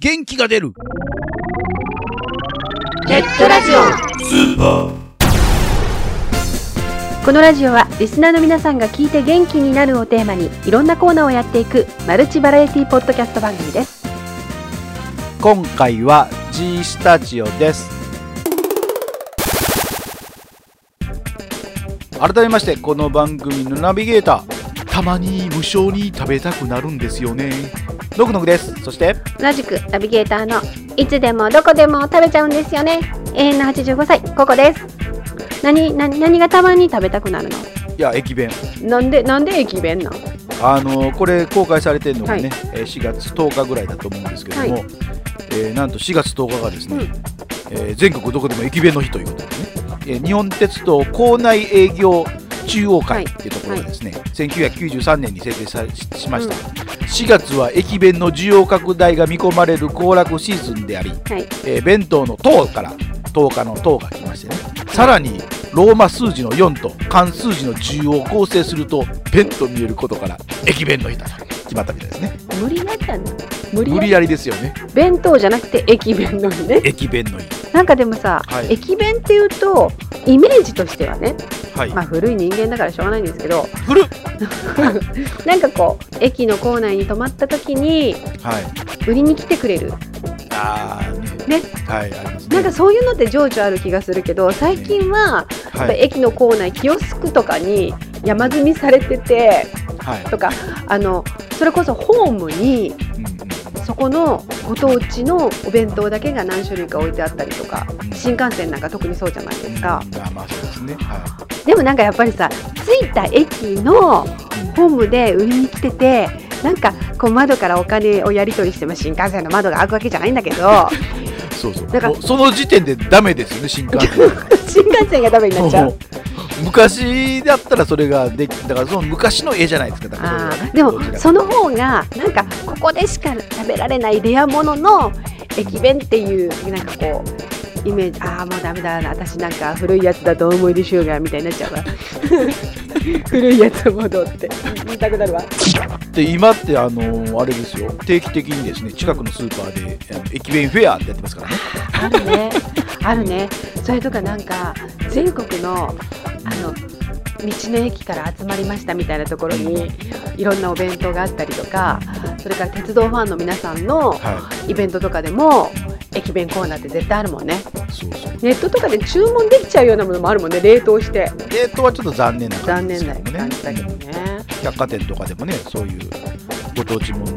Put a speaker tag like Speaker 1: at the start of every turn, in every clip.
Speaker 1: 元気が出る
Speaker 2: ネットラジオ
Speaker 3: このラジオはリスナーの皆さんが聞いて元気になるをテーマにいろんなコーナーをやっていくマルチバラエティポッドキャスト番組です
Speaker 4: 今回は G スタジオです改めましてこの番組のナビゲーター
Speaker 5: たまに無性に食べたくなるんですよね
Speaker 4: ノクノクですそして
Speaker 3: 同じくナビゲーターのいつでもどこでも食べちゃうんですよね永遠の85歳ココです何何何がたまに食べたくなる
Speaker 4: いや駅弁
Speaker 3: のなんでなんで駅弁なの
Speaker 4: あのこれ公開されてるのがね、えー4月10日ぐらいだと思うんですけども、
Speaker 3: は
Speaker 4: えーなんと4月10日がですね、
Speaker 3: うん
Speaker 4: えー全国どこでも駅弁の日ということでね、えー日本鉄道構内営業中央会っていうところがですね、1993年に制定さししました、4月は駅弁の需要拡大が見込まれる行楽シーズンであり、
Speaker 3: はい
Speaker 4: えー弁当の塔から10日の塔が来ましてねさらにローマ数字の4と漢数字の10を構成すると弁と見えることから駅弁の日だと決まったみたいですね
Speaker 3: 無理やったんだ無理
Speaker 4: 無
Speaker 3: や
Speaker 4: 理やりですよね
Speaker 3: 弁当じゃなくて駅弁の日ね
Speaker 4: 駅弁の日
Speaker 3: なんかでもさ、
Speaker 4: はい
Speaker 3: 駅弁っていうとイメージとしてはね
Speaker 4: はい
Speaker 3: まあ古い人間だからしょうがないんですけど
Speaker 4: 古っ
Speaker 3: なんかこう駅の構内に泊まった時に
Speaker 4: はい
Speaker 3: 売りに来てくれる
Speaker 4: ああ
Speaker 3: ね
Speaker 4: ねはいありますね
Speaker 3: なんかそういうのって情緒ある気がするけど最近はやっぱ
Speaker 4: はい
Speaker 3: り駅の構内キオスクとかに山積みされてて
Speaker 4: はい
Speaker 3: とかあのそれこそホームに
Speaker 4: うんうん
Speaker 3: そこのご当地のお弁当だけが何種類か置いてあったりとか
Speaker 4: うん
Speaker 3: 新幹線なんか特にそうじゃないですか
Speaker 4: うんまあまあそうですねは
Speaker 3: でもなんかやっぱりさ着いた駅の
Speaker 4: いうん
Speaker 3: ホームで売りに来ててなんかこう窓からお金をやり取りしても新幹線の窓が開くわけじゃないんだけど
Speaker 4: そうそう
Speaker 3: だから
Speaker 4: もうその時点でダメですよね新幹線
Speaker 3: 新幹線がダメになっちゃう
Speaker 4: も。う昔だったらそれができだからその昔の絵じゃないですかだから
Speaker 3: あ
Speaker 4: それ
Speaker 3: ー
Speaker 4: が
Speaker 3: で
Speaker 4: ど
Speaker 3: も
Speaker 4: ちらか
Speaker 3: その方がなんかここでしか食べられないレアものの駅弁っていうなんかこうイメージああもうダメだ私なんか古いやつだと思い出しようがみたいになっちゃうわ古いやつ戻って言いたくなるわ
Speaker 4: で今ってあのーあれですよ定期的にですね近くのスーパーであの駅弁フェアってやってますからね
Speaker 3: あるねあるねそれとかなんか全国のあの道の駅から集まりましたみたいなところにいろんなお弁当があったりとかそれから鉄道ファンの皆さんの
Speaker 4: は
Speaker 3: イベントとかでも駅弁コーナーって絶対あるもんね
Speaker 4: いそうそう
Speaker 3: ネットとかで注文できちゃうようなものもあるもんね冷凍して
Speaker 4: 冷凍はちょっと残念な感
Speaker 3: 残
Speaker 4: じで
Speaker 3: 念
Speaker 4: すけ
Speaker 3: な
Speaker 4: どもね
Speaker 3: 感じだけどね
Speaker 4: 百貨店とかでもねそういうご当地ものの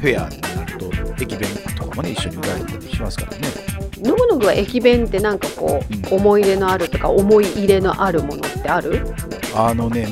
Speaker 4: フェアになると駅弁とかもね一緒に売られたりしますからね
Speaker 3: ノグノグは駅弁ってなんかこう
Speaker 4: う
Speaker 3: 思い入れのあるとか思い入れのあるものってある
Speaker 4: あのね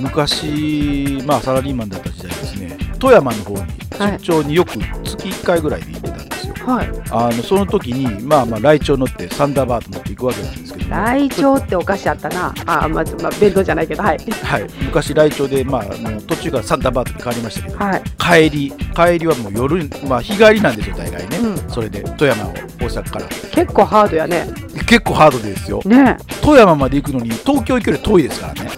Speaker 4: 昔まあサラリーマンだった時代ですね富山の方に
Speaker 3: は
Speaker 4: 出
Speaker 3: い
Speaker 4: 張によく月1回ぐらいで行ってたんですよ
Speaker 3: はい
Speaker 4: あのその時にまあまあライチョウ乗ってサンダーバード乗って行くわけなんですけども
Speaker 3: ライチョウってお菓子あったなあ、まあ、まあ、弁当じゃないけどはい
Speaker 4: はい、昔ライチョウで、まあ、あの途中からサンダーバードに変わりましたけど、
Speaker 3: はい
Speaker 4: 帰り帰りはもう夜、まあ、日帰りなんですよ大概ね、
Speaker 3: う
Speaker 4: それで富山を大阪から
Speaker 3: 結構ハードやね
Speaker 4: 結構ハードですよ
Speaker 3: ね
Speaker 4: 富山まで行くのに東京行くより遠いですからね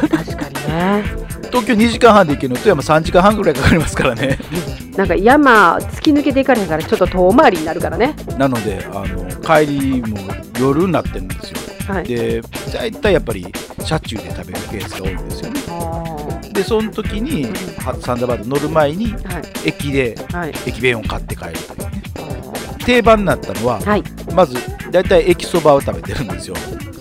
Speaker 3: 確かにね
Speaker 4: 東京2時間半で行けるの富山3時間半ぐらいかかりますからね
Speaker 3: なんか山突き抜けていかれへんからちょっと遠回りになるからね
Speaker 4: なのであの帰りも夜になってるんですよ
Speaker 3: はい
Speaker 4: で大体やっぱり車中で食べるケースが多いんですよね
Speaker 3: は
Speaker 4: でその時にはサンダーバード乗る前に
Speaker 3: い
Speaker 4: 駅で
Speaker 3: はい
Speaker 4: 駅弁を買って帰るというね定番になったのは
Speaker 3: はい
Speaker 4: まず大体駅そばを食べてるんですよ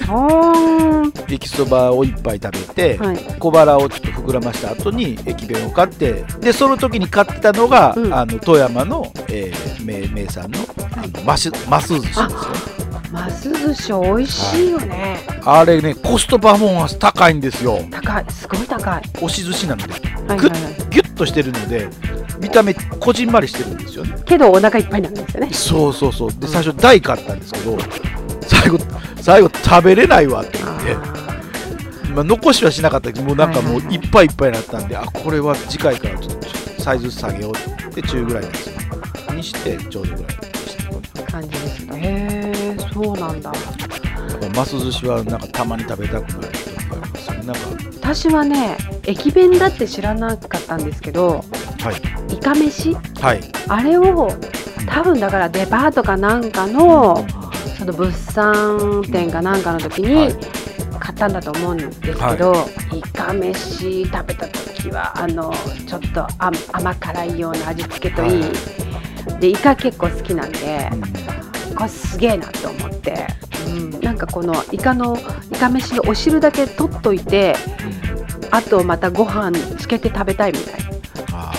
Speaker 3: は
Speaker 4: 駅そばを1杯食べて、
Speaker 3: はい
Speaker 4: 小腹をちょっと膨らました後に駅弁を買ってでその時に買ってたのが、
Speaker 3: うん
Speaker 4: あの富山の、えー、名名産のあのマスマス寿司ですよ
Speaker 3: ます寿司美味しいよね、
Speaker 4: あれねコストパフォーマンス高いんですよ
Speaker 3: 高いすごい高い
Speaker 4: 押し寿司なので
Speaker 3: はい
Speaker 4: ぐ
Speaker 3: は
Speaker 4: っ
Speaker 3: い、はい、
Speaker 4: ギュッとしてるので見た目こじんまりしてるんですよね
Speaker 3: けどお腹いっぱいになるんですよね
Speaker 4: そうそうそうで最初大買ったんですけど最後最後食べれないわって言ってまあ、残しはしなかったけどもうなんかもう
Speaker 3: はいはい
Speaker 4: いっぱいいっぱいになったんで、あこれは次回からちょっとサイズ下げようと思って中ぐらいなんですよにしてちょうどぐらいでしたね
Speaker 3: あー感じですけどへえそうなんだ
Speaker 4: やっぱます寿司はなんかたまに食べたくなる時がありますよねなんか
Speaker 3: 私はね駅弁だって知らなかったんですけど
Speaker 4: はい
Speaker 3: イカ飯
Speaker 4: はい
Speaker 3: あれを多分だからデパートかなんかのその物産展かなんかの時
Speaker 4: は
Speaker 3: に
Speaker 4: い
Speaker 3: 買ったんだと思うんですけど、い、かめし食べた時はあのちょっと甘甘辛いような味付けといい、
Speaker 4: は
Speaker 3: でイカ結構好きなんで
Speaker 4: うん
Speaker 3: これすげえなと思って、うん、なんかこのイカのイカ飯のお汁だけ取っといてあとまたご飯つけて食べたいみたいな。
Speaker 4: あ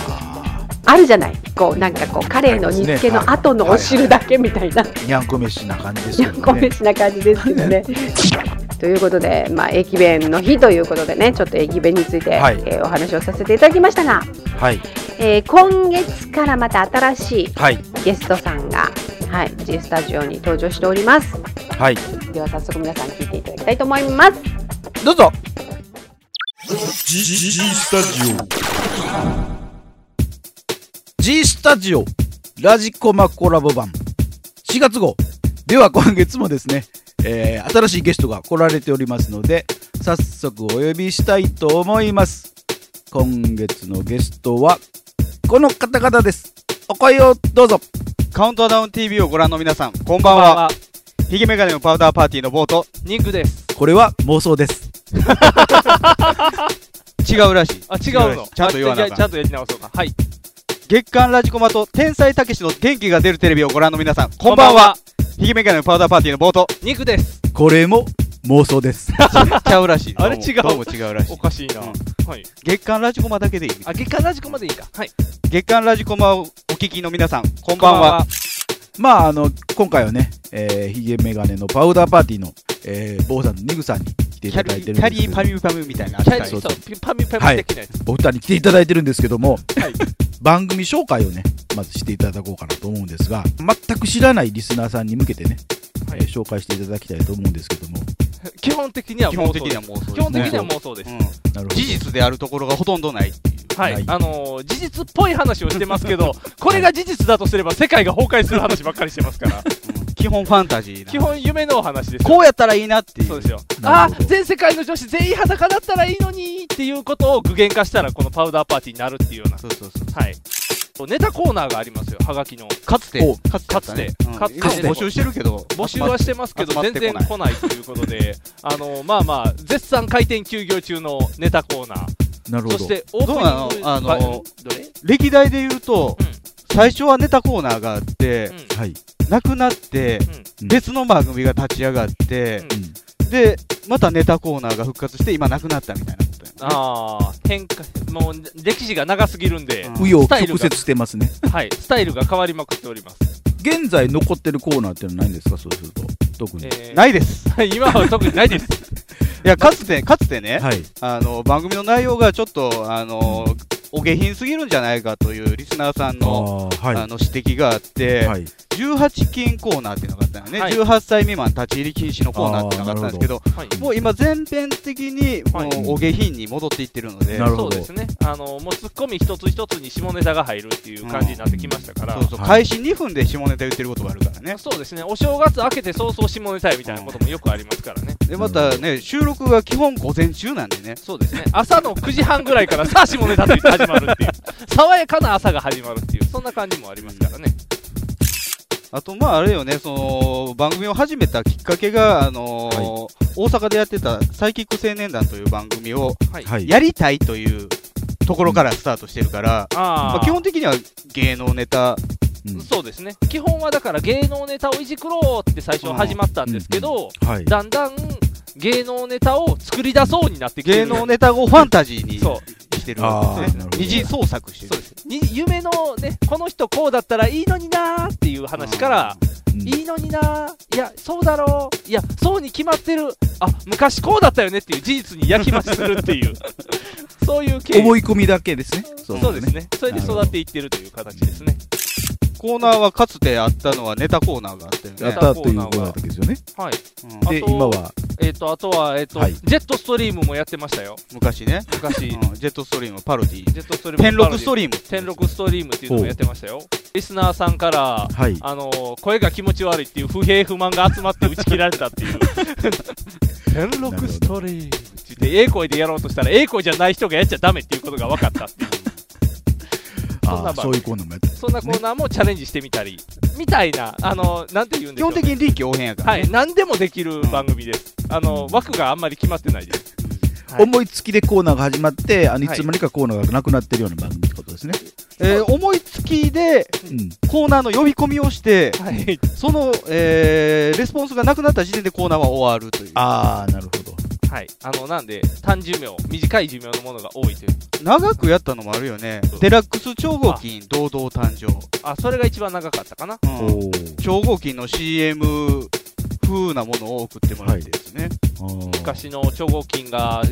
Speaker 3: あるじゃないこうなんかこうカレーの煮付けの後のお汁だけみたいな
Speaker 4: ーにゃんこ飯な感じです
Speaker 3: ちょ
Speaker 4: よ
Speaker 3: っ とごめ
Speaker 4: ね
Speaker 3: ん。しな感じですけどね。 ということで、まあ、駅弁の日ということでねちょっと駅弁について、
Speaker 4: はい
Speaker 3: えーお話をさせていただきましたが、
Speaker 4: はい
Speaker 3: えー今月からまた新しい
Speaker 4: はい
Speaker 3: ゲストさんが、はい、G スタジオに登場しております
Speaker 4: はい
Speaker 3: では早速皆さん聞いていただきたいと思います
Speaker 4: どうぞ。
Speaker 5: G スタジオ
Speaker 4: G スタジオラジコマコラボ版4月号では今月もですね、えー新しいゲストが来られておりますので早速お呼びしたいと思います今月のゲストはこの方々ですお声をどうぞ
Speaker 1: カウントダウン TV をご覧の皆さん、こんばん
Speaker 2: こんばん
Speaker 1: は。ヒゲメガネのパウダーパーティーの冒頭、
Speaker 2: ニングです。
Speaker 4: これは妄想です
Speaker 1: 違うらしい。
Speaker 2: あ、違うの。
Speaker 1: ちゃんと言わなあ
Speaker 2: じゃあ
Speaker 1: かん
Speaker 2: ちゃんとやり直そうか。はい。
Speaker 1: 月刊ラジコマと天才たけしの元気が出るテレビをご覧の皆さん、こんばんは。。ヒゲメガネのパウダーパーティーの冒 頭、
Speaker 2: ニングです。
Speaker 4: これも妄想です
Speaker 1: ちゃうらしい。
Speaker 2: あれ違う
Speaker 1: どうも違うらし
Speaker 2: お
Speaker 1: い。
Speaker 2: かしいな。
Speaker 1: うん
Speaker 2: はい。
Speaker 1: 月刊ラジコマだけでいい。
Speaker 2: あ、月間ラジコまでいいか。はい。
Speaker 1: 月刊ラジコマをお聞きの皆さん、こんばんは。。
Speaker 4: まああの今回はね、えー、ヒゲメガネのパウダーパーティーの、えー、坊さんのニグさんに来てい
Speaker 1: キ
Speaker 4: た
Speaker 1: ャ
Speaker 4: だい
Speaker 1: リ
Speaker 4: てる
Speaker 1: ー、
Speaker 4: ん
Speaker 1: キ
Speaker 4: で
Speaker 1: ャ
Speaker 4: すけ
Speaker 1: リ
Speaker 4: ど
Speaker 1: ーパミュパミュみたいな。
Speaker 2: キャリ
Speaker 4: そう
Speaker 2: ー
Speaker 4: そ
Speaker 2: そうう、ピンパミュパ
Speaker 4: は
Speaker 2: ミ
Speaker 4: い
Speaker 2: ュ的なやつ。
Speaker 4: お二人に来ていただいてるんですけども、
Speaker 2: はい
Speaker 4: 番組紹介をねまずしていただこうかなと思うんですが全く知らないリスナーさんに向けてね、
Speaker 2: はい
Speaker 4: えー紹介していただきたいと思うんですけども
Speaker 2: 基本的には
Speaker 1: 基
Speaker 2: も
Speaker 1: 本
Speaker 2: う
Speaker 1: 的
Speaker 2: そ
Speaker 1: に
Speaker 2: うで
Speaker 1: は
Speaker 2: す。
Speaker 1: 妄想です。
Speaker 2: 基本的には
Speaker 4: ね
Speaker 2: 妄想です。
Speaker 1: うん
Speaker 4: なる
Speaker 1: 事実であるところがほとんどないっていう。
Speaker 2: は
Speaker 4: はい
Speaker 2: い。あのー、事実っぽい話をしてますけど、 これが事実だとすれば世界が崩壊する話ばっかりしてま すから、
Speaker 1: うん基本ファンタジーな。
Speaker 2: 基本夢のお話です。
Speaker 1: こうやったらいいなっていう。
Speaker 2: そうですよ。
Speaker 4: な
Speaker 2: あ
Speaker 4: るほど
Speaker 2: 全世界の女子全員裸だったらいいのにっていうことを具現化したらこのパウダーパーティーになるっていうような
Speaker 1: そうそうそう。
Speaker 2: はい。ネタコーナーがありますよ、はがきの。
Speaker 1: かつて
Speaker 4: お、
Speaker 1: かつ
Speaker 2: かつて
Speaker 1: うん
Speaker 2: かつて
Speaker 1: 今募集してるけど、
Speaker 2: 募集はしてますけ
Speaker 1: 集ま
Speaker 2: ど、
Speaker 1: って
Speaker 2: 全
Speaker 1: こない
Speaker 2: 然来ないということで、 あのまあまあ、絶賛開店休業中のネタコーナー、
Speaker 4: なるほ
Speaker 2: そ
Speaker 4: ど
Speaker 2: してオープニン
Speaker 1: どう
Speaker 2: グ
Speaker 1: なのあの
Speaker 2: ばどれ
Speaker 1: 歴代で言うと、
Speaker 2: う
Speaker 1: 最初はネタコーナーがあって
Speaker 2: ん、うん
Speaker 4: はい、
Speaker 1: なくなって、
Speaker 4: うん
Speaker 1: 別の番組が立ち上がって、
Speaker 4: うん
Speaker 1: で、またネタコーナーが復活して、今なくなったみたいなことやね
Speaker 2: ああ、変化、もう歴史が長すぎるんで、
Speaker 1: うん
Speaker 4: 紆
Speaker 2: スタイ
Speaker 4: 余
Speaker 2: ルが
Speaker 4: 曲折してますね
Speaker 2: はい、スタイルが変わりまくっております。
Speaker 4: 現在残ってるコーナーっていうのはないんですかそうすると特に、
Speaker 2: えー
Speaker 1: ないです。
Speaker 2: 今は特にな いです。
Speaker 1: いや、かつて、かつてね、
Speaker 4: はい
Speaker 1: あの、番組の内容がちょっと、あの、お下品すぎるんじゃないかというリスナーさん
Speaker 4: あ
Speaker 1: の、
Speaker 4: ー
Speaker 1: あ
Speaker 4: は
Speaker 1: の、指摘があって
Speaker 4: い、はい
Speaker 1: 18禁コーナーっていうのがあったよね、
Speaker 2: はい
Speaker 1: 18歳未満立ち入り禁止のコーナーっていうのがあったんですけど、
Speaker 2: はい
Speaker 1: もう今、全編的に
Speaker 2: はい
Speaker 1: もうお下品に戻っていってるので、
Speaker 4: なるほ
Speaker 2: そ
Speaker 4: ど
Speaker 2: うですね、あのもうツッコミ一つ一つに下ネタが入るっていう感じになってきましたから、
Speaker 1: そうそう
Speaker 4: はい
Speaker 1: 開始2分で下ネタ言ってることがあるからね、
Speaker 2: そうですね、お正月明けて早々下ネタやみたいなこともよくありますからね。
Speaker 1: でまたね、収録が基本午前中なんでね、
Speaker 2: そうですね、朝の9時半ぐらいからさあ下ネタって言って始まるっていう、爽やかな朝が始まるっていう、そんな感じもありますからね。
Speaker 1: あと、まああれよね、その番組を始めたきっかけが、あのー大阪でやってたサイキック青年団という番組を
Speaker 2: はい。
Speaker 4: はい
Speaker 1: やりたいというところからスタートしてるから、
Speaker 2: あ
Speaker 1: まあ、基本的には芸能ネタ、
Speaker 4: うん
Speaker 2: そうですね、基本はだから芸能ネタをいじくろうって最初始まったんですけど、
Speaker 4: はい
Speaker 2: だんだん芸能ネタを作り出そうになってきて
Speaker 1: 芸
Speaker 2: る
Speaker 1: 能ネタをファンタジーに
Speaker 2: そう
Speaker 1: してるわけですね
Speaker 4: あーなるほど
Speaker 1: 二次創作してる
Speaker 2: そうですに夢のねこの人こうだったらいいのになーっていう話から、
Speaker 4: うん
Speaker 2: いいのになーいやそうだろういやそうに決まってるあ昔こうだったよねっていう事実にやきましするっていう そういう経緯
Speaker 4: 思い込みだけですね
Speaker 2: そう
Speaker 4: だ
Speaker 2: ですねそれで育っていってるという形ですね
Speaker 1: コーナーはかつてあったのはネタコーナーがあったよね
Speaker 4: やったというコーナーだけですよね
Speaker 2: はい
Speaker 1: うん
Speaker 2: あ
Speaker 4: で
Speaker 2: と
Speaker 4: 今は
Speaker 2: えっ、とあとはえっ、と、
Speaker 4: はい
Speaker 2: ジェットストリームもやってましたよ
Speaker 1: 昔ね、う
Speaker 2: 昔、
Speaker 1: んジェットストリームパロディ
Speaker 2: ジェットストリーム
Speaker 1: 天禄ストリーム
Speaker 2: 天禄ストリームっていうのもやってましたよリスナーさんから
Speaker 4: はい
Speaker 2: あのー声が気持ち悪いっていう不平不満が集まって打ち切られたっていう天禄ストリームって言ってええ声でやろうとしたらええ声じゃない人がやっちゃダメっていうことが分かったっていうそんな
Speaker 4: あー
Speaker 2: 場
Speaker 4: そういうコーナーもやって
Speaker 2: そんなコーナーもチャレンジしてみたり、みたいな、あの、なんて言うん
Speaker 1: 基
Speaker 2: でしょう
Speaker 1: 本的に臨機応変やから、
Speaker 2: はい、何でもできる番組です。あの、枠があんまり決まってないです。はい
Speaker 4: 思いつきでコーナーが始まって、あのい
Speaker 2: はい
Speaker 4: つまにかコーナーがなくなってるような番組ってことですね。
Speaker 1: えー思いつきで
Speaker 4: うん、
Speaker 1: コーナーの呼び込みをして、
Speaker 2: はい。
Speaker 1: その、えーレスポンスがなくなった時点でコーナーは終わるという。
Speaker 4: ああ、なるほど。
Speaker 2: はい。あの、なんで、短寿命、短い寿命のものが多いという。
Speaker 1: 長くやったのもあるよね
Speaker 2: そう。
Speaker 1: デラックス超合金堂々誕生。
Speaker 2: あ、それが一番長かったかな。
Speaker 1: うん
Speaker 4: おー
Speaker 1: 超合金の CM 風なものを送ってもらってですね。
Speaker 4: あー
Speaker 2: 昔の超合金が、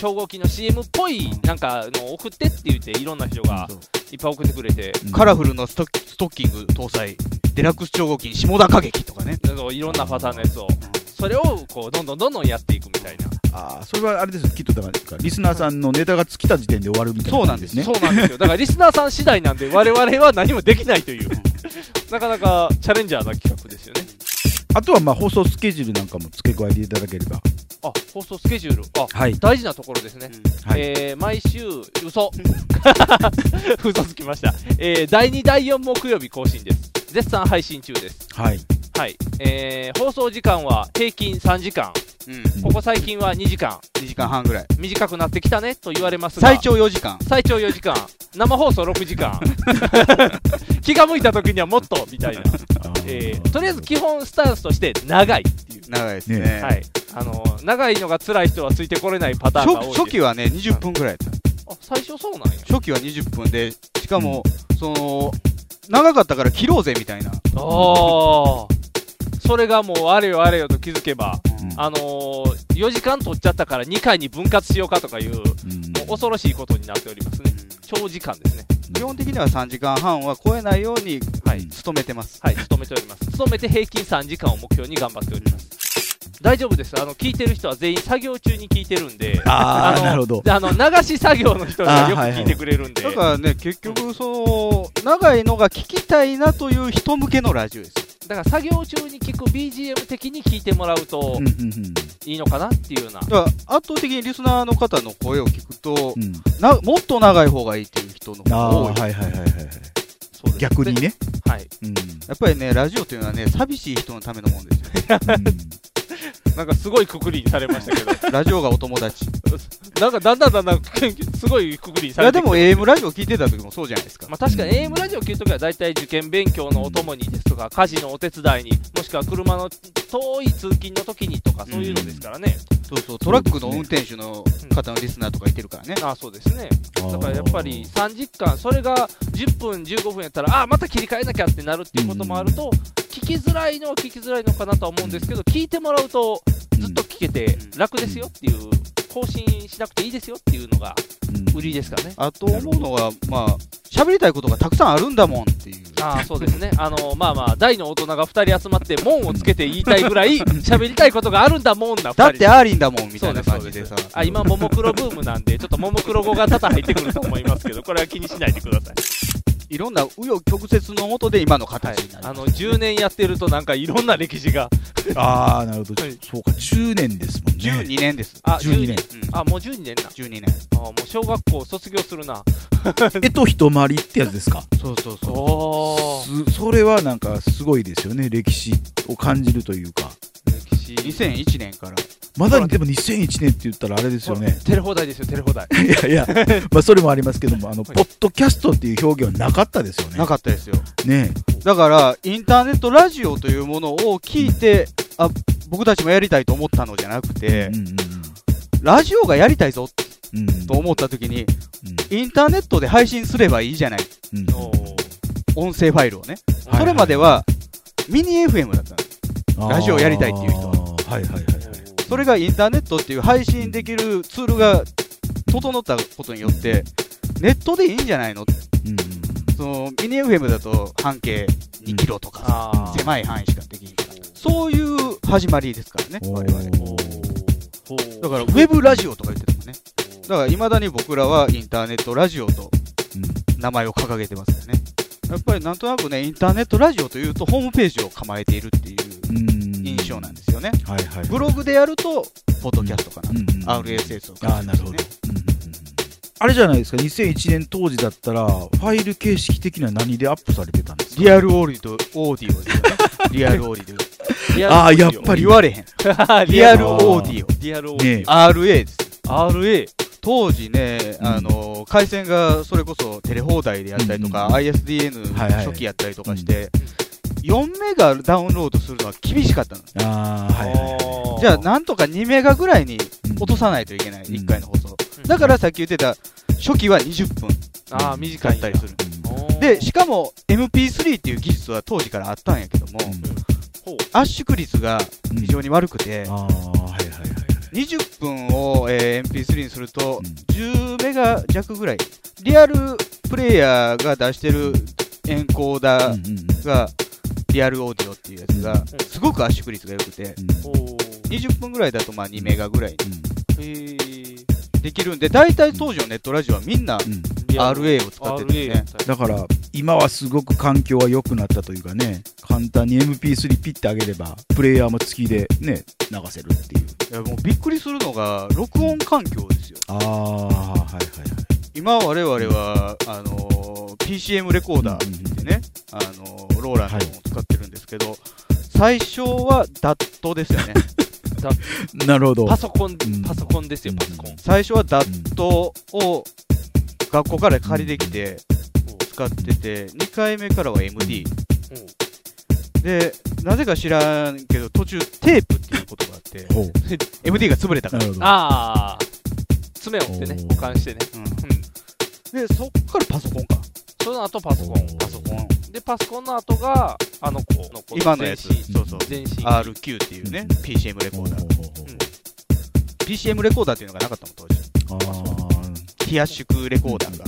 Speaker 2: 超合金の CM っぽい、なんか、の送ってって言って、いろんな人が
Speaker 1: そう
Speaker 2: いっぱい送ってくれて、
Speaker 4: うん
Speaker 1: カラフルのストッストッキング搭載。デラックス超合金下田歌劇とかね。
Speaker 2: なんかいろんなパターンのやつを、それを、こう、どんどんどんどんやっていくみたいな。
Speaker 4: あーそれはあれですきっとだからリスナーさんのネタが尽きた時点で終わるみたいな
Speaker 1: そうなん
Speaker 4: 感じ
Speaker 1: です
Speaker 4: ね
Speaker 2: そうなんですよ。だからリスナーさん次第なんで、我々は何もできない という、なかなかチャレンジャーな企画ですよね。
Speaker 4: あとはまあ放送スケジュールなんかも付け加えていただければ
Speaker 2: あ、放送スケジュール。あ、
Speaker 4: はい
Speaker 2: 大事なところですね。
Speaker 4: はい
Speaker 2: えー毎週、嘘。 嘘つきました。えー第2、第4木曜日更新です。絶賛配信中です。
Speaker 4: はい
Speaker 2: はい。えー放送時間は平均3時間。
Speaker 1: うん。うん
Speaker 2: ここ最近は2時間。
Speaker 1: 2時間半ぐらい。
Speaker 2: 短くなってきたねと言われますが。
Speaker 1: 最長4時間。
Speaker 2: 最長4時間生放送6 時間気が向いた時にはもっとみたいな、えーとりあえず基本スタンスとして長い、
Speaker 1: 長いですね。
Speaker 4: ね
Speaker 2: はいあのー長いのが辛い人はついてこれないパターンが多いで
Speaker 1: 初
Speaker 2: す
Speaker 1: 初期はね、20分ぐらいやった。
Speaker 2: あ最初そうなんや
Speaker 1: 初期は20分で、しかも、その、長かったから切ろうぜみたいな。
Speaker 2: ああそれがもうあれよあれよと気づけば
Speaker 4: うん
Speaker 2: あのー、4時間取っちゃったから2回に分割しようかとかいうも
Speaker 4: うん
Speaker 2: う恐ろしいことになっておりますね長時間ですね
Speaker 1: 基本的には3時間半は超えないように
Speaker 4: はい
Speaker 1: 努めてます。
Speaker 2: はい、勤めております。勤めて平均3時間を目標に頑張っております。大丈夫です。あの、聞いてる人は全員作業中に聞いてるんで、
Speaker 4: あ
Speaker 2: の
Speaker 4: あなるほど
Speaker 2: あの、流し作業の人がよく
Speaker 4: あーはいはい
Speaker 2: 聞いてくれるんで、
Speaker 1: だからね、結局、その、長いのが聞きたいなという人向けのラジオです。
Speaker 2: だから作業中に聞く BGM 的に聞いてもらうと
Speaker 4: うんうん
Speaker 2: いいのかなっていうような。
Speaker 1: だから、圧倒的にリスナーの方の声を聞くと、
Speaker 4: うんうん
Speaker 1: なもっと長い方がいいっていう人の
Speaker 4: あ
Speaker 1: 方
Speaker 4: あ
Speaker 1: が多。
Speaker 4: はいいはいはいはい
Speaker 2: そうです
Speaker 4: 逆に。ね
Speaker 2: ではい。
Speaker 4: うん
Speaker 1: やっぱりね、ラジオというのはね、寂しい人のためのもんですよ。
Speaker 2: なんかすごいくくりにされましたけど、
Speaker 1: ラジオがお友達。い
Speaker 2: なんかだんだんだんだんすごいくくりにされ
Speaker 1: や、
Speaker 2: て
Speaker 1: で
Speaker 2: きて
Speaker 1: も AM ラジオ聞いてた時もそうじゃないですか。
Speaker 2: まあ、確かに AM ラジオ聞くときは大体受験勉強のお供にですとか家事のお手伝いにもしくは車の遠い通勤の時にとかそういうのですからね、
Speaker 1: そうそう、トラックの運転手の方のリスナーとかいてるからね。
Speaker 2: ああそうですねだからやっぱり3時間それが10分15分やったらああまた切り替えなきゃってなるっていうこともあると聞きづらいのは聞きづらいのかなとは思うんですけど聞いてもらうとずっと聞けて楽ですよっていう更新しなくていいですよっていうのが売りですかね
Speaker 1: あと思うのは、まあ、喋りたいことがたくさんあるんだもんっていう。
Speaker 2: ああそうですね、あのまあまあ、大の大人が2人集まって、門をつけて言いたいぐらい、喋りたいことがあるんだもんな、2人
Speaker 1: だってアーリンだもんみたいな
Speaker 2: そう
Speaker 1: 感
Speaker 2: で
Speaker 1: じ
Speaker 2: す
Speaker 1: でさ。
Speaker 2: あ今、ももクロブームなんで、ちょっとももクロ語が多々入ってくると思いますけど、これは気にしないでください。
Speaker 1: いろんな紆余曲折のもとで今の
Speaker 2: はい
Speaker 1: 形にな、る。
Speaker 2: あの10年やってると、なんかいろんな歴史が、
Speaker 4: ああなるほど
Speaker 2: はい
Speaker 4: そうか10年ですもんね
Speaker 1: 12年です。
Speaker 2: あ
Speaker 4: 12年
Speaker 1: うん
Speaker 2: あもう12年な、
Speaker 1: 12年。
Speaker 2: あもう小学校卒業するな、
Speaker 4: えと一回りってやつですか
Speaker 1: そうそう
Speaker 2: お
Speaker 1: そう。
Speaker 2: お、
Speaker 4: すそれはなんかすごいですよね歴史を感じるというか
Speaker 2: 歴史、
Speaker 1: 2001年から。
Speaker 4: まだにでも2001年って言ったらあれですよね
Speaker 2: ほらテレ放題ですよ、テレ放題。
Speaker 4: いやいや、まあ、それもありますけども、あの、
Speaker 2: はい
Speaker 4: ポッドキャストっていう表現はなかったですよね。
Speaker 1: なかったですよ。
Speaker 4: ね
Speaker 1: だから、インターネットラジオというものを聞いて、あ、僕たちもやりたいと思ったのじゃなくて
Speaker 4: え。、うん
Speaker 1: ラジオがやりたいぞ
Speaker 4: うんうん。うん
Speaker 1: と思った時に、
Speaker 4: うん
Speaker 1: インターネットで配信すればいいじゃない。
Speaker 4: うん
Speaker 2: おー
Speaker 1: 音声ファイルをね。
Speaker 2: はい
Speaker 1: それまでは、ミニ FM だったんです。ラジオやりたいっていう人
Speaker 4: あーはいはいはいはい。
Speaker 1: それがインターネットっていう配信できるツールが整ったことによって、ネットでいいんじゃないの
Speaker 4: うんうん
Speaker 1: そのミニ FM だと半径2キロとか、
Speaker 2: あー
Speaker 1: 狭い範囲しかできないから。そういう始まりですからね。
Speaker 4: おー
Speaker 1: 我々。だ
Speaker 2: おー
Speaker 1: から、ウェブラジオとか言ってたもんね。だから、未だに僕らはインターネットラジオと名前を掲げてますよね。やっぱりなんとなくね、インターネットラジオというとホームページを構えているっていう
Speaker 4: うん。
Speaker 1: 印象なんですすよね。
Speaker 4: はいはい。
Speaker 1: ブログでやると、ポッドキャストかな。
Speaker 4: うんうん
Speaker 1: RSS を
Speaker 4: ああ、なるほど。うんうんうんあれじゃないですか2001年当時だったらファイル形式的には何でアップされてたんですか
Speaker 1: リアルオーディオ、オーディ オですよね。リアルオーディ
Speaker 2: リアル
Speaker 4: ああやっ
Speaker 1: オ。
Speaker 4: ぱり
Speaker 1: 言われへん。 リアルオーディオ。
Speaker 2: リアルオーディ
Speaker 4: ね
Speaker 1: RA です。
Speaker 2: オ RA
Speaker 1: 当時ね、
Speaker 4: うん
Speaker 1: あの回線がそれこそテレ放題でやったりとか、
Speaker 4: うん
Speaker 1: ISDN
Speaker 4: はいはい
Speaker 1: 初期やったりとかして、4メガダウンロードするのは厳しかったの、
Speaker 4: ああはいはいはい
Speaker 1: じゃあ、なんとか2メガぐらいに
Speaker 4: うん
Speaker 1: 落とさないといけない、
Speaker 4: うん
Speaker 1: 1回の放送、
Speaker 2: うん
Speaker 1: だからさっき言ってた、初期は20分
Speaker 2: ああ
Speaker 1: だ
Speaker 2: 短い
Speaker 1: っ
Speaker 2: んだ
Speaker 1: たりする、
Speaker 4: うん
Speaker 1: でしかも MP3 っていう技術は当時からあったんやけども、
Speaker 4: うん
Speaker 2: ほう
Speaker 1: 圧縮率が非常に悪くて、
Speaker 4: ああはいはいはいはい
Speaker 1: 20分を、えー MP3 にすると
Speaker 4: うん
Speaker 1: 10メガ弱ぐらいリアルプレイヤーが出してるエンコーダ
Speaker 4: う
Speaker 1: ー
Speaker 4: んうんうん
Speaker 1: がリアルオーディオっていうやつが
Speaker 2: ん
Speaker 1: すごく圧縮率が良くて
Speaker 2: ほ
Speaker 4: う
Speaker 2: うん
Speaker 1: 20分ぐらいだとまあ2メガぐらい
Speaker 2: へー
Speaker 1: できるんで大体当時のネットラジオはみんな
Speaker 4: うんうん
Speaker 2: リアル
Speaker 1: RA を使ってて
Speaker 2: RA
Speaker 1: ね
Speaker 4: だから今はすごく環境は良くなったというかね簡単に MP3 ピッてあげればプレイヤーも付きでね流せるっていう
Speaker 1: いやもうびっくりするのが録音環境ですよ
Speaker 4: ああはいはいはい
Speaker 1: 今我々はあのー PCM レコーダーでね、あのーローラーのものを使ってるんですけど、最初は DAT です よね
Speaker 4: なるほど
Speaker 2: パソコン
Speaker 4: うん
Speaker 2: パソコンですよ
Speaker 4: うん
Speaker 2: パソコン
Speaker 1: 最初は DAT を学校から借りてきて使ってて2回目からは MD でなぜか知らんけど途中テープっていうことがあ って
Speaker 4: ほう
Speaker 1: MD が潰れたか
Speaker 4: な
Speaker 1: ら、
Speaker 4: るほど
Speaker 2: ああ爪を折ってね
Speaker 4: おー
Speaker 2: 保管してね
Speaker 1: うん
Speaker 2: うん
Speaker 1: でそっからパソコンか
Speaker 2: その後パソコン
Speaker 4: お
Speaker 1: パソコン
Speaker 2: でパソコンの後があの子の子
Speaker 1: 今のやつ
Speaker 2: 全身
Speaker 1: そうそう
Speaker 2: 全身
Speaker 1: RQ っていうね
Speaker 4: うん
Speaker 1: PCM レコ
Speaker 4: ほ
Speaker 1: ー
Speaker 4: う
Speaker 1: ダ
Speaker 4: ほ
Speaker 1: ー
Speaker 4: うほうほう
Speaker 2: うん
Speaker 1: PCM レコーダーっていうのがなかったの当時
Speaker 4: あ
Speaker 1: 非圧縮レコーダーが、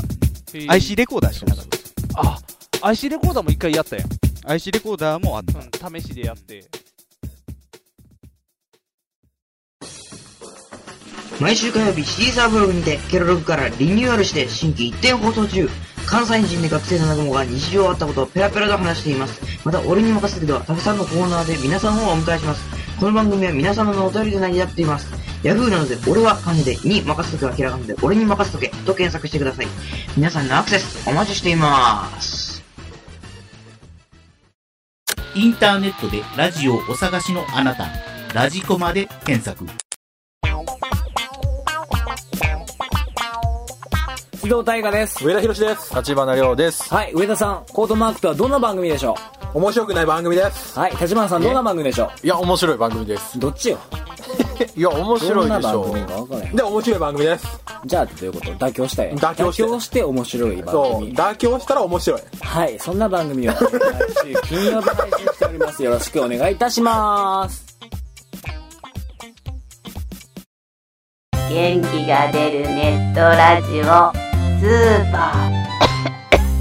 Speaker 2: へー
Speaker 1: IC レコーダーしかなかった
Speaker 2: あ IC レコーダーも一回やったやん、
Speaker 1: IC レコーダーもあった、
Speaker 2: うん、試しでやって
Speaker 6: 毎週火曜日シーサーブログにてケロログからリニューアルして新規一点放送中関西人で学生の仲間が日常あったことをペラペラと話していますまた俺に任せてではたくさんのコーナーで皆さんをお迎えしますこの番組は皆様のお便りで成り立っていますヤフーなので俺は漢字でに任せとけはひらがなで俺に任せとけと検索してください皆さんのアクセスお待ちしています
Speaker 7: インターネットでラジオをお探しのあなた、ラジコマで検索。
Speaker 8: 須藤大河です
Speaker 9: 上田博です立花亮です
Speaker 8: はい上田さんコートマークとはどんな番組でしょ
Speaker 9: 面白くない番組です
Speaker 8: うはい立花さんどんな番組でしょ
Speaker 9: いや面白い番組です
Speaker 8: うどっちよ
Speaker 9: いや面
Speaker 8: ど
Speaker 9: 白
Speaker 8: ん
Speaker 9: い
Speaker 8: な
Speaker 9: でし
Speaker 8: 番
Speaker 9: ょ
Speaker 8: 組か分からへん
Speaker 9: で面白い番組です
Speaker 8: じゃあどういうこと妥協したい
Speaker 9: 妥協して
Speaker 8: 面白い番
Speaker 9: そう
Speaker 8: 組
Speaker 9: 妥協したら面白い
Speaker 8: はいそんな番組を毎週金曜日配信しておりますよろしくお願いいたします
Speaker 10: 元気が出るネットラジオスーパー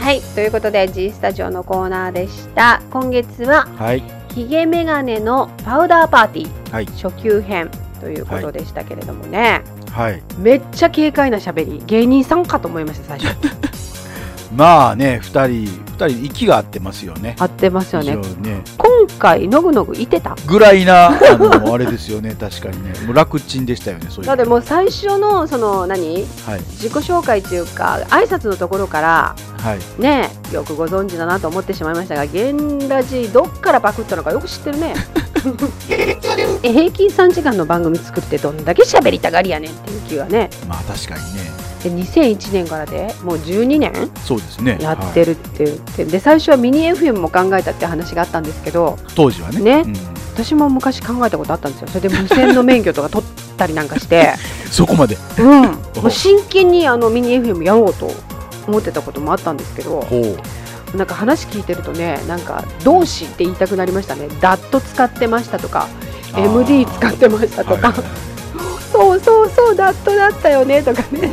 Speaker 3: はいということで G スタジオのコーナーでした今月は
Speaker 4: はい
Speaker 3: ヒゲメガネのパウダーパーティー、
Speaker 4: はい
Speaker 3: 初級編ということでしたけれどもね、
Speaker 4: はい
Speaker 3: めっちゃ軽快な喋り芸人さんかと思いました最初
Speaker 4: まあね二人二人息が合ってますよね
Speaker 3: 合ってますよね
Speaker 4: 非常にね
Speaker 3: 今回のぐのぐいてた
Speaker 4: ぐらいなあのあれですよね確かにねもう楽ちんでしたよねそういう
Speaker 3: だってもう最初のその何
Speaker 4: はい
Speaker 3: 自己紹介というか挨拶のところから
Speaker 4: はい
Speaker 3: ねよくご存知だなと思ってしまいましたが現ラジどっからパクったのかよく知って るねえ平均3時間の番組作ってどんだけ喋りたがりやねんっていう気がね
Speaker 4: まあ確かにね
Speaker 3: で2001年からでもう12年
Speaker 4: そうですね
Speaker 3: やって
Speaker 4: る、
Speaker 3: るって言って、で最初はミニ FM も考えたって話があったんですけど
Speaker 4: はい当時はね
Speaker 3: ね
Speaker 4: うん
Speaker 3: 私も昔考えたことあったんですよそれで無線の免許とか取ったりなんかして、
Speaker 4: そこまで
Speaker 3: うん、 もう真剣にあのミニ FM やろうと思ってたこともあったんですけど
Speaker 4: ほう
Speaker 3: なんか話聞いてるとねなんか同志って言いたくなりましたねダット使ってましたとか
Speaker 4: あー
Speaker 3: MD 使ってましたとか、
Speaker 4: はいはいはい
Speaker 3: そうそうそうダットだったよねとかね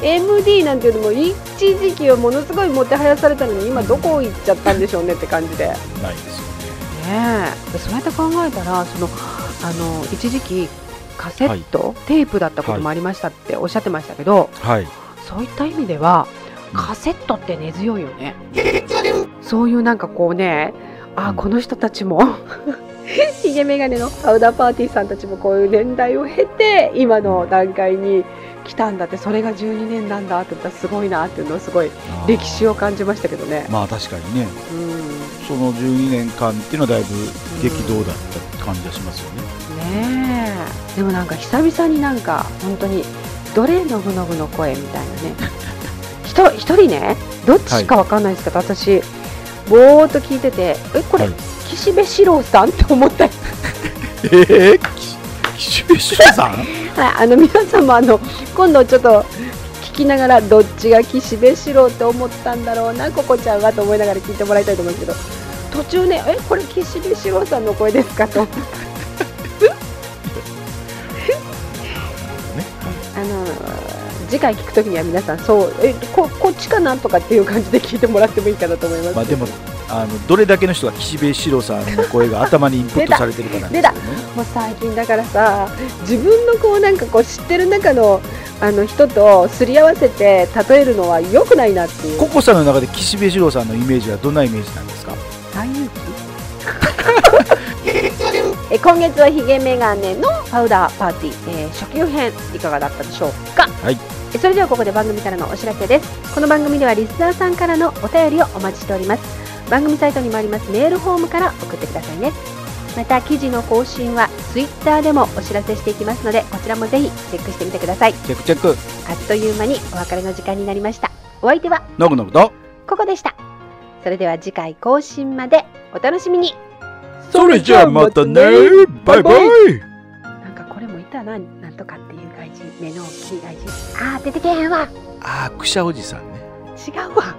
Speaker 3: MD なんていうのも一時期はものすごいもてはやされたのに今どこ行っちゃったんでしょうねって感じで。ね
Speaker 4: ないですよ
Speaker 3: えそうやって考えたらそのあの一時期カセット、テープだったこともありましたっておっしゃってましたけど、
Speaker 4: はい
Speaker 3: そういった意味ではカセットって根強いよね。そういうなんかこうねあーこの人たちも ひげ眼鏡のパウダーパーティーさんたちもこういう年代を経て今の段階に来たんだってそれが12年なんだって言ったらすごいなっていうのはすごい歴史を感じましたけどね。
Speaker 4: まあ確かにね
Speaker 3: うん
Speaker 4: その12年間っていうのはだいぶ激動だった感じがしますよね、
Speaker 3: ねえでもなんか久々になんか本当にどれのぐのぐの声みたいなねひと一人ねどっちかわかんないですけど、私ぼーっと聞いててえこれ、岸辺四郎さんって思ったり
Speaker 4: えー、き岸辺四郎さん
Speaker 3: はいあの皆さんもあの今度ちょっと聞きながらどっちが岸辺四郎って思ったんだろうなここちゃんはと思いながら聞いてもらいたいと思うんですけど途中ねえこれ岸辺四郎さんの声ですかとあの次回聞くときには皆さんそうえここっちかなとかっていう感じで聞いてもらってもいいかなと思います、
Speaker 4: まあでもあのどれだけの人が岸辺四郎さんの声が頭にインプットされてるかなんで
Speaker 3: 出
Speaker 4: す
Speaker 3: た
Speaker 4: けど
Speaker 3: もう最近だからさ自分のこうなんかこう知ってる中のあの人とすり合わせて例えるのは良くないなっていう
Speaker 4: ココさんの中で岸辺四郎さんのイメージはどんなイメージなんですか
Speaker 3: 大勇気 え今月はヒゲメガネのパウダーパーティー、えー初級編いかがだったでしょうか
Speaker 4: はい
Speaker 3: えそれではここで番組からのお知らせですこの番組ではリスナーさんからのお便りをお待ちしております番組サイトにもありますメールフォームから送ってくださいねまた記事の更新はツイッターでもお知らせしていきますのでこちらもぜひチェックしてみてください
Speaker 4: チェックチェック
Speaker 3: あっという間にお別れの時間になりましたお相手は
Speaker 4: ノブノブと
Speaker 3: ここでしたそれでは次回更新までお楽しみに
Speaker 4: それじゃあまたねバイバイ
Speaker 3: なんかこれもいたななんとかっていう外人目の大きい外人あー出てけへんわ
Speaker 4: ああくしゃおじさんね
Speaker 3: 違うわ